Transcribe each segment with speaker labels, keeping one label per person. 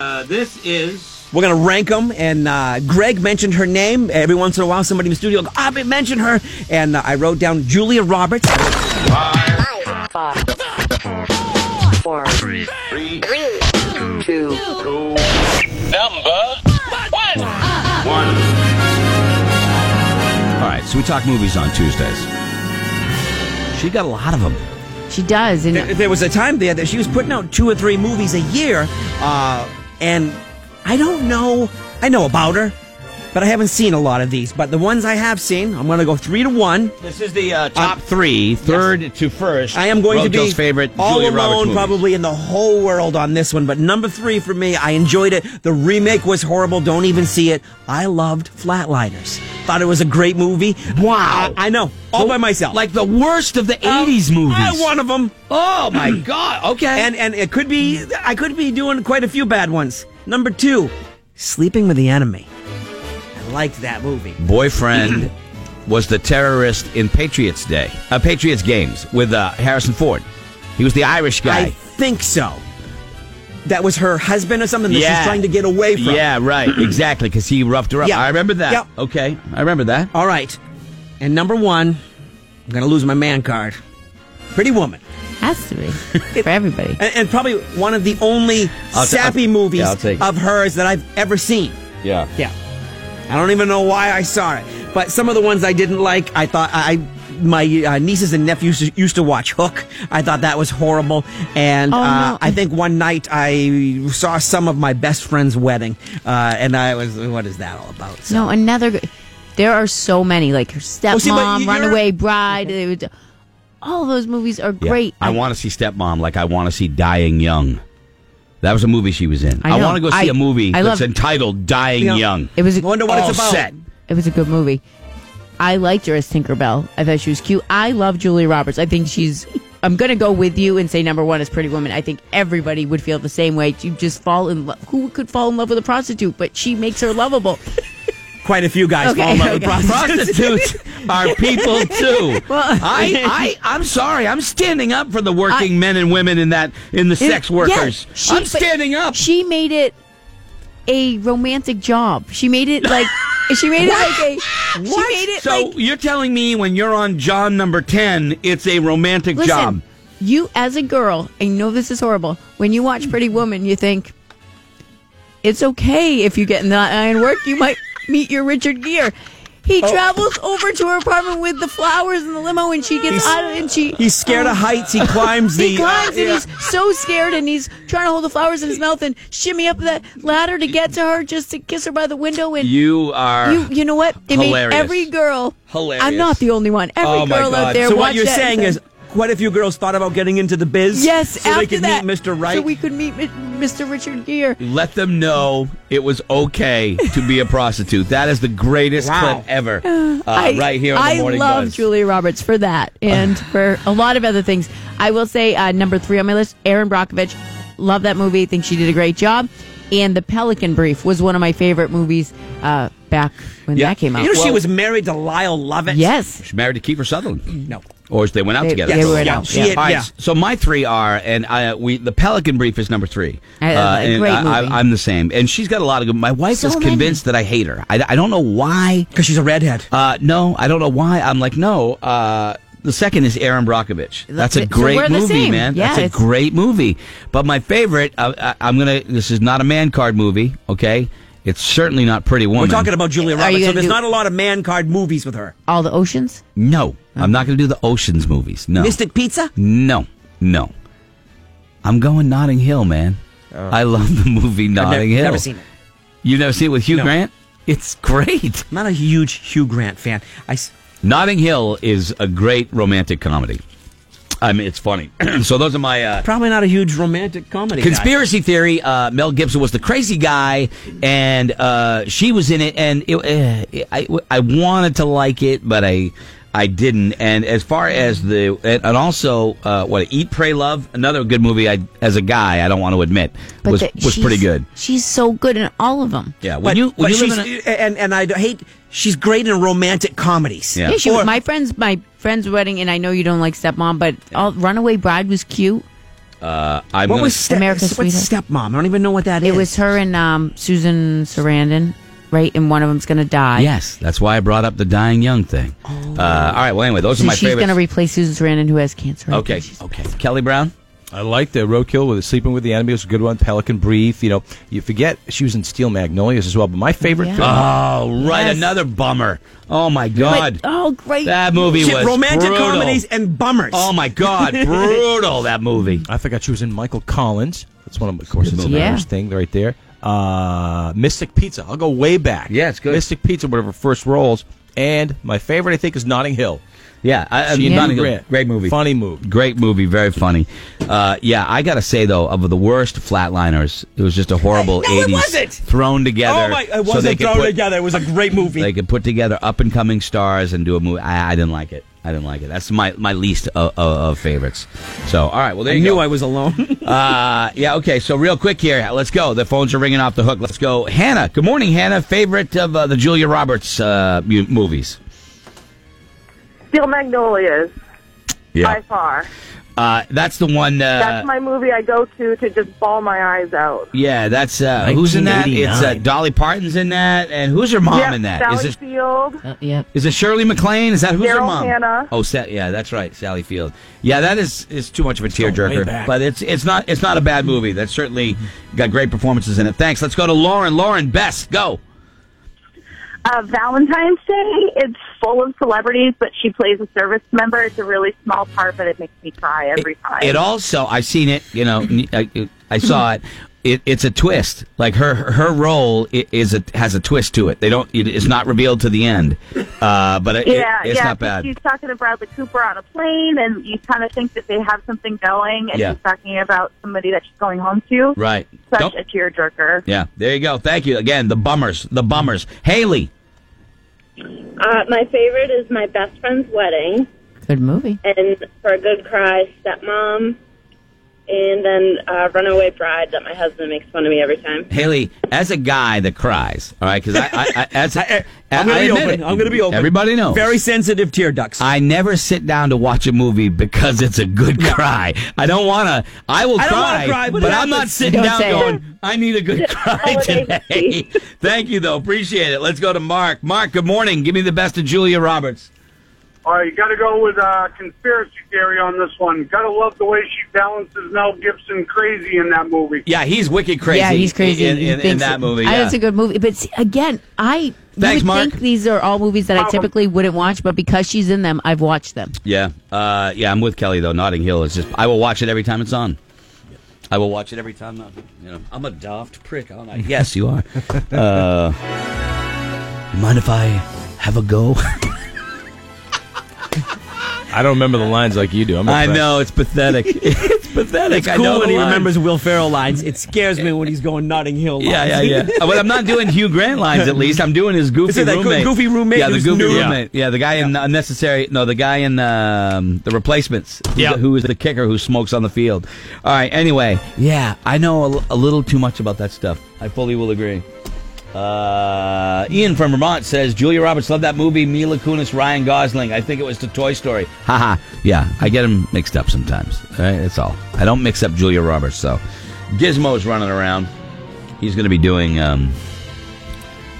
Speaker 1: Uh, this is
Speaker 2: We're gonna rank them, and uh, Greg mentioned her name every once in a while. Somebody in the studio, will go, ah, but mention her, and uh, I wrote down Julia Roberts.
Speaker 3: Five, five, four, three, two,
Speaker 1: one.
Speaker 4: All right, so we talk movies on Tuesdays. She got a lot of them.
Speaker 3: She does. And
Speaker 2: There there was a time there that she was putting out two or three movies a year, uh, and I don't know. I know about her, but I haven't seen a lot of these. But the ones I have seen, I'm gonna go three to one.
Speaker 1: This is the uh, top three, third to first.
Speaker 2: I am going
Speaker 4: Road
Speaker 2: to be
Speaker 4: Kill's favorite
Speaker 2: all
Speaker 4: Julia Roberts
Speaker 2: alone,
Speaker 4: movies.
Speaker 2: probably in the whole world on this one. But number three for me, I enjoyed it. The remake was horrible. Don't even see it. I loved Flatliners. Thought it was a great movie.
Speaker 4: Wow.
Speaker 2: I, I know, all by myself.
Speaker 4: Like the worst of the
Speaker 2: Um,
Speaker 4: 80s movies.
Speaker 2: I one of them,
Speaker 4: Oh, my God. Okay.
Speaker 2: and and it could be I could be doing quite a few bad ones. Number two, Sleeping with the Enemy. I liked that movie.
Speaker 4: boyfriend was the terrorist in Patriots Day, uh, Patriots games with uh, Harrison Ford. He was the Irish
Speaker 2: I
Speaker 4: guy.
Speaker 2: think so. That was her husband or something that
Speaker 4: Yeah.
Speaker 2: she's trying to get away from.
Speaker 4: Yeah, right, exactly, because he roughed her up.
Speaker 2: Yeah.
Speaker 4: I remember that.
Speaker 2: Yep.
Speaker 4: Okay, I remember that.
Speaker 2: All right. And number one, I'm going to lose my man card. Pretty Woman.
Speaker 3: has to be for everybody.
Speaker 2: And, and probably one of the only
Speaker 4: I'll t-
Speaker 2: sappy
Speaker 4: I'll-
Speaker 2: movies
Speaker 4: yeah, I'll take it.
Speaker 2: of hers that I've ever seen.
Speaker 4: Yeah.
Speaker 2: Yeah. I don't even know why I saw it. But some of the ones I didn't like, I thought I. my uh, nieces and nephews used to watch Hook. I thought that was horrible, and
Speaker 3: Oh,
Speaker 2: uh,
Speaker 3: no.
Speaker 2: I think one night I saw some of my best friend's wedding, uh, and I was, "What is that all about?" So-
Speaker 3: No, another. g- There are so many like her stepmom,
Speaker 2: see, but you- you're-
Speaker 3: Runaway Bride. it would- All those movies are
Speaker 4: Yeah.
Speaker 3: great.
Speaker 4: I want to see Stepmom like I want to see Dying Young. That was a movie she was in.
Speaker 3: I
Speaker 4: I,
Speaker 3: know.
Speaker 4: want to go
Speaker 3: I-
Speaker 4: see a movie
Speaker 3: I
Speaker 4: that's
Speaker 3: love-
Speaker 4: entitled Dying
Speaker 2: You know,
Speaker 4: Young.
Speaker 3: It was.
Speaker 2: I wonder what
Speaker 4: All
Speaker 2: it's about.
Speaker 4: set.
Speaker 3: It was a good movie. I liked her as Tinkerbell. I thought she was cute. I love Julia Roberts. I think she's. I'm going to go with you and say number one is Pretty Woman. I think everybody would feel the same way. You just fall in love. Who could fall in love with a prostitute? But she makes her lovable.
Speaker 2: Quite a few guys
Speaker 3: Okay,
Speaker 2: fall in love with
Speaker 3: okay.
Speaker 2: prostitutes.
Speaker 4: Prostitutes are people too.
Speaker 3: Well-
Speaker 4: I, I, I'm sorry. I'm standing up for the working
Speaker 3: I-
Speaker 4: men and women in that in the sex
Speaker 3: Yeah,
Speaker 4: workers.
Speaker 3: she-
Speaker 4: I'm
Speaker 3: but
Speaker 4: standing up.
Speaker 3: She made it a romantic job. She made it like. She made it like a.
Speaker 4: What?
Speaker 3: She made it
Speaker 4: so
Speaker 3: like.
Speaker 4: you're telling me when you're on John number ten, it's a romantic
Speaker 3: Listen,
Speaker 4: job.
Speaker 3: you as a girl, I know this is horrible. When you watch Pretty Woman, you think it's okay if you get in that iron work. You might meet your Richard Gere. He
Speaker 4: Oh.
Speaker 3: travels over to her apartment with the flowers in the limo, and she gets
Speaker 2: He's-
Speaker 3: out of, and she
Speaker 2: He's scared of heights. He climbs the. uh,
Speaker 3: he climbs and
Speaker 2: yeah.
Speaker 3: he's so scared and he's trying to hold the flowers in his mouth and shimmy up that ladder to get to her just to kiss her by the window and
Speaker 4: You are.
Speaker 3: you, you know what it
Speaker 4: hilarious.
Speaker 3: made every girl
Speaker 4: Hilarious.
Speaker 3: I'm not the only one every
Speaker 4: Oh, my
Speaker 3: girl
Speaker 4: God.
Speaker 3: out there
Speaker 2: so what
Speaker 3: watched
Speaker 2: you're
Speaker 3: that and
Speaker 2: saying
Speaker 3: said,
Speaker 2: is, quite a few girls thought about getting into the biz.
Speaker 3: yes
Speaker 2: so
Speaker 3: after
Speaker 2: they could
Speaker 3: that
Speaker 2: meet Mr. Right.
Speaker 3: so we could meet Mi- Mr. Richard Gere
Speaker 4: let them know it was okay to be a prostitute. That is the greatest
Speaker 2: Wow.
Speaker 4: clip ever. Uh,
Speaker 3: I,
Speaker 4: right here on
Speaker 3: I
Speaker 4: the morning
Speaker 3: love
Speaker 4: buzz.
Speaker 3: Julia Roberts for that and for a lot of other things. I will say uh, number three on my list, Erin Brockovich. Love that movie. Think she did a great job. And The Pelican Brief was one of my favorite movies uh, back when
Speaker 4: Yeah.
Speaker 3: that came out.
Speaker 2: you know, she
Speaker 4: Well-
Speaker 2: was married to Lyle Lovett.
Speaker 3: yes,
Speaker 4: She's married to Kiefer Sutherland.
Speaker 2: No.
Speaker 4: Or they went out
Speaker 3: They-
Speaker 4: together.
Speaker 3: they
Speaker 4: for a
Speaker 3: went
Speaker 4: while.
Speaker 3: out, She yeah.
Speaker 2: had-
Speaker 4: All right,
Speaker 2: yeah.
Speaker 4: So my three are, and I, we the Pelican Brief is number three. Uh,
Speaker 3: I- I-
Speaker 4: and
Speaker 3: great
Speaker 4: I,
Speaker 3: movie.
Speaker 4: I, am the same. And she's got a lot of good. My wife
Speaker 3: So
Speaker 4: is
Speaker 3: many.
Speaker 4: convinced that I hate her. I, I don't know why.
Speaker 2: Because she's a redhead.
Speaker 4: Uh, no, I don't know why. I'm like, no. Uh, the second is Aaron Brockovich. That's a
Speaker 3: So
Speaker 4: great
Speaker 3: we're the
Speaker 4: movie,
Speaker 3: same.
Speaker 4: man.
Speaker 3: Yeah,
Speaker 4: That's a
Speaker 3: it's-
Speaker 4: great movie. But my favorite, uh, I, I'm gonna. This is not a man card movie. Okay, it's certainly not Pretty Woman.
Speaker 2: We're talking about Julia
Speaker 3: Are you
Speaker 2: Roberts, so
Speaker 3: gonna
Speaker 2: there's
Speaker 3: do-
Speaker 2: not a lot of man card movies with her.
Speaker 3: all the oceans.
Speaker 4: No, I'm not gonna do the oceans movies. No,
Speaker 2: Mystic Pizza?
Speaker 4: No, no. I'm going Notting Hill, man. I love the movie Notting
Speaker 2: Oh. I've never,
Speaker 4: Hill.
Speaker 2: never seen it.
Speaker 4: You've never seen it with Hugh
Speaker 2: No.
Speaker 4: Grant? It's great.
Speaker 2: I'm not a huge Hugh Grant fan. I, s-
Speaker 4: Notting Hill is a great romantic comedy. I mean, it's funny. so those are my uh,
Speaker 2: probably not a huge romantic comedy. guy.
Speaker 4: conspiracy theory. Uh, Mel Gibson was the crazy guy, and uh, she was in it. And it, eh, I, I wanted to like it, but I I didn't. And as far as the and, and also uh, what Eat, Pray, Love, another good movie. I as a guy, I don't want to admit was
Speaker 3: the-
Speaker 4: was pretty
Speaker 3: she's-
Speaker 4: good.
Speaker 3: She's so good in all of them.
Speaker 4: Yeah, when
Speaker 2: But,
Speaker 4: you when
Speaker 2: but
Speaker 4: you live
Speaker 2: she's,
Speaker 4: in a-
Speaker 2: and, and I hate, she's great in romantic comedies.
Speaker 4: Yeah.
Speaker 3: Yeah, she
Speaker 2: Or-
Speaker 3: was my friend's my friend's wedding, and I know you don't like stepmom, but all, Runaway Bride was cute.
Speaker 4: Uh, I'm
Speaker 2: What
Speaker 4: gonna-
Speaker 2: was step,
Speaker 3: America's
Speaker 2: what's
Speaker 3: Sweetheart.
Speaker 2: stepmom? I don't even know what that is.
Speaker 3: It was her and um, Susan Sarandon, right? And one of them's going to die.
Speaker 4: Yes, that's why I brought up the dying young thing. Uh, all right. Well, anyway, those
Speaker 3: Oh. So
Speaker 4: are my
Speaker 3: she's
Speaker 4: favorites.
Speaker 3: going to replace Susan Sarandon, who has cancer. I
Speaker 4: okay. Oh,
Speaker 3: think she's-
Speaker 4: Okay. Kelly Brown.
Speaker 5: I like the roadkill with sleeping with the enemy was a good one. Pelican Brief, you know, you forget she was in Steel Magnolias as well. But my favorite
Speaker 3: Yeah.
Speaker 5: film,
Speaker 4: Oh, right.
Speaker 3: Yes.
Speaker 4: Another bummer. Oh my God.
Speaker 3: But, oh, great.
Speaker 4: that movie
Speaker 2: Shit,
Speaker 4: was
Speaker 2: romantic
Speaker 4: brutal.
Speaker 2: comedies and bummers.
Speaker 4: Oh my God, brutal that movie.
Speaker 5: I forgot she was in Michael Collins. That's one of, of course, it's an
Speaker 3: Yeah.
Speaker 5: Irish thing right there. Uh, Mystic Pizza. I'll go way back.
Speaker 4: Yeah, it's good.
Speaker 5: Mystic Pizza, one of her first roles, and my favorite, I think, is Notting Hill.
Speaker 4: Yeah, I, I,
Speaker 5: She and
Speaker 4: Notting Hill,
Speaker 5: Hugh Grant.
Speaker 4: great movie,
Speaker 5: Funny movie.
Speaker 4: great movie, very funny. Uh, yeah, I gotta say though, of the worst flatliners, it was just a horrible
Speaker 2: Hey, no, it
Speaker 4: 80s
Speaker 2: wasn't!
Speaker 4: thrown together.
Speaker 2: Oh my! It
Speaker 4: so
Speaker 2: wasn't
Speaker 4: they could
Speaker 2: thrown
Speaker 4: put,
Speaker 2: together. It was a great movie.
Speaker 4: They could put together up and coming stars and do a movie. I, I didn't like it. I didn't like it. That's my my least of, of, of favorites. So all right, well there
Speaker 2: I
Speaker 4: you
Speaker 2: knew
Speaker 4: go.
Speaker 2: I was alone.
Speaker 4: Uh, yeah, okay. So real quick here, let's go. The phones are ringing off the hook. Let's go. Hannah, good morning, Hannah. Favorite of uh, the Julia Roberts uh, mu- movies?
Speaker 6: Steel Magnolias, by far.
Speaker 4: Oh. uh, that's the one. Uh,
Speaker 6: That's my movie I go to to just bawl my eyes out.
Speaker 4: Yeah, that's uh, who's in that? It's uh,
Speaker 2: 1989.
Speaker 4: Dolly Parton's in that, and who's her mom
Speaker 6: Yep,
Speaker 4: in that?
Speaker 6: Sally
Speaker 4: is it
Speaker 6: Field.
Speaker 3: Uh, yep.
Speaker 4: is it Shirley MacLaine? Is that who's her
Speaker 6: Daryl
Speaker 4: mom?
Speaker 6: Hannah.
Speaker 4: Oh, Sa- yeah, that's right, Sally Field. Yeah, that is is too much of a tearjerker, but it's it's not it's not a bad movie. That's certainly got great performances in it. Thanks. Let's go to Lauren. Lauren, best go.
Speaker 6: Uh, Valentine's Day, it's full of celebrities, but she plays a service member. It's a really small part, but it makes me cry every time.
Speaker 4: It also I've seen it. You know, I, I saw it. It, it's a twist. Like her, her role i- is a, has a twist to it. They don't. It, it's not revealed to the end, uh, but it,
Speaker 6: yeah,
Speaker 4: it- it's
Speaker 6: yeah.
Speaker 4: not bad.
Speaker 6: She's talking to Bradley Cooper on a plane, and you kind of think that they have something going, and
Speaker 4: Yeah.
Speaker 6: she's talking about somebody that she's going home to.
Speaker 4: Right.
Speaker 6: Such
Speaker 4: Don't-
Speaker 6: a tearjerker.
Speaker 4: Yeah, there you go. Thank you again. The bummers, the bummers. Haley,
Speaker 7: Uh, my favorite is my best friend's wedding,
Speaker 3: Good movie.
Speaker 7: and for a good cry, stepmom, and then uh, runaway bride that my husband makes fun of me every time.
Speaker 4: Haley, as a guy that cries, all right? Because I, I, I, as a,
Speaker 2: I'm gonna
Speaker 4: I
Speaker 2: be
Speaker 4: admit
Speaker 2: open.
Speaker 4: it.
Speaker 2: I'm gonna be open.
Speaker 4: Everybody knows.
Speaker 2: Very sensitive tear ducts.
Speaker 4: I never sit down to watch a movie because it's a good cry. I don't want to. I will
Speaker 2: I don't wanna
Speaker 4: cry,
Speaker 2: cry, but
Speaker 4: but,
Speaker 2: it
Speaker 4: I'm not
Speaker 2: happens.
Speaker 4: sitting
Speaker 3: Don't
Speaker 4: down
Speaker 3: say it.
Speaker 4: going. I need a good cry
Speaker 7: Holiday
Speaker 4: today. Thank you, though. Appreciate it. Let's go to Mark. Mark, good morning. Give me the best of Julia Roberts.
Speaker 8: All right, you got to go with uh, conspiracy theory on this one. Got to love the way she balances Mel Gibson crazy in that movie.
Speaker 4: Yeah, he's wicked crazy.
Speaker 3: Yeah, he's crazy.
Speaker 4: in,
Speaker 3: He
Speaker 4: in- in
Speaker 3: thinks-
Speaker 4: that movie.
Speaker 3: I,
Speaker 4: yeah.
Speaker 3: that's a good movie. But see, again, I you
Speaker 4: Thanks,
Speaker 3: would
Speaker 4: Mark.
Speaker 3: think these are all movies that I typically wouldn't watch, but because she's in them, I've watched them.
Speaker 4: Yeah, uh, yeah, I'm with Kelly though. Notting Hill is just I will watch it every time it's on. I will watch it every time. I, you know, I'm a daft prick, aren't I? Yes, you are. Uh, mind if I have a go?
Speaker 5: I don't remember the lines like you do. I'm
Speaker 4: I
Speaker 5: impressed.
Speaker 4: know it's pathetic. it's pathetic.
Speaker 2: it's
Speaker 4: I
Speaker 2: cool
Speaker 4: know
Speaker 2: when
Speaker 4: the
Speaker 2: he
Speaker 4: lines.
Speaker 2: remembers Will Ferrell lines. It scares me when he's going Notting Hill lines.
Speaker 4: Yeah, yeah, yeah. Uh, but I'm not doing Hugh Grant lines. At least I'm doing his
Speaker 2: Is it
Speaker 4: goofy
Speaker 2: that goo-
Speaker 4: roommate.
Speaker 2: goofy roommate
Speaker 4: Yeah, the
Speaker 2: who's
Speaker 4: goofy
Speaker 2: new? Yeah.
Speaker 4: roommate. Yeah, the guy in unnecessary. No, the guy in um, the replacements. who's
Speaker 5: Yeah.
Speaker 4: the- who is the kicker who smokes on the field? All right. Anyway, yeah, I know a, l- a little too much about that stuff. I fully will agree. Uh, Ian from Vermont says Julia Roberts loved that movie. Mila Kunis, Ryan Gosling. I think it was the Toy Story. Haha. yeah, I get them mixed up sometimes. All right, that's all. I don't mix up Julia Roberts. So, Gizmo's running around. He's going to be doing um,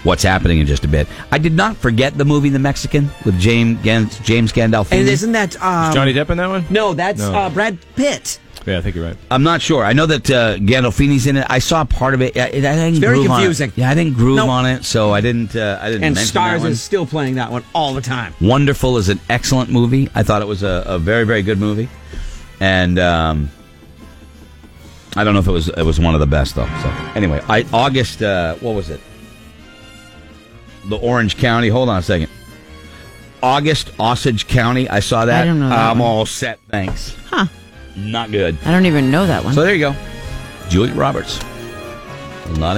Speaker 4: what's happening in just a bit. I did not forget the movie The Mexican with James Gan- James Gandolfini.
Speaker 2: And isn't that um,
Speaker 5: Johnny Depp in that one?
Speaker 2: No, that's
Speaker 5: No.
Speaker 2: Uh, Brad Pitt.
Speaker 5: Yeah, I think you're right.
Speaker 4: I'm not sure. I know that uh, Gandolfini's in it. I saw part of it. I, I didn't
Speaker 2: very
Speaker 4: groove on it.
Speaker 2: confusing.
Speaker 4: Yeah, I didn't groove
Speaker 2: No.
Speaker 4: on it, so I didn't. Uh, I didn't. mention
Speaker 2: And
Speaker 4: that
Speaker 2: Stars
Speaker 4: one.
Speaker 2: is still playing that one all the time.
Speaker 4: Wonderful is an excellent movie. I thought it was a, a very, very good movie, and um, I don't know if it was it was one of the best though. So anyway, I August uh, what was it? The Orange County. Hold on a second. August Osage County. I saw that.
Speaker 3: I don't know that
Speaker 4: I'm
Speaker 3: one.
Speaker 4: all set. Thanks.
Speaker 3: Huh.
Speaker 4: Not good.
Speaker 3: I don't even know that one.
Speaker 4: So there you go. Julia Roberts. Not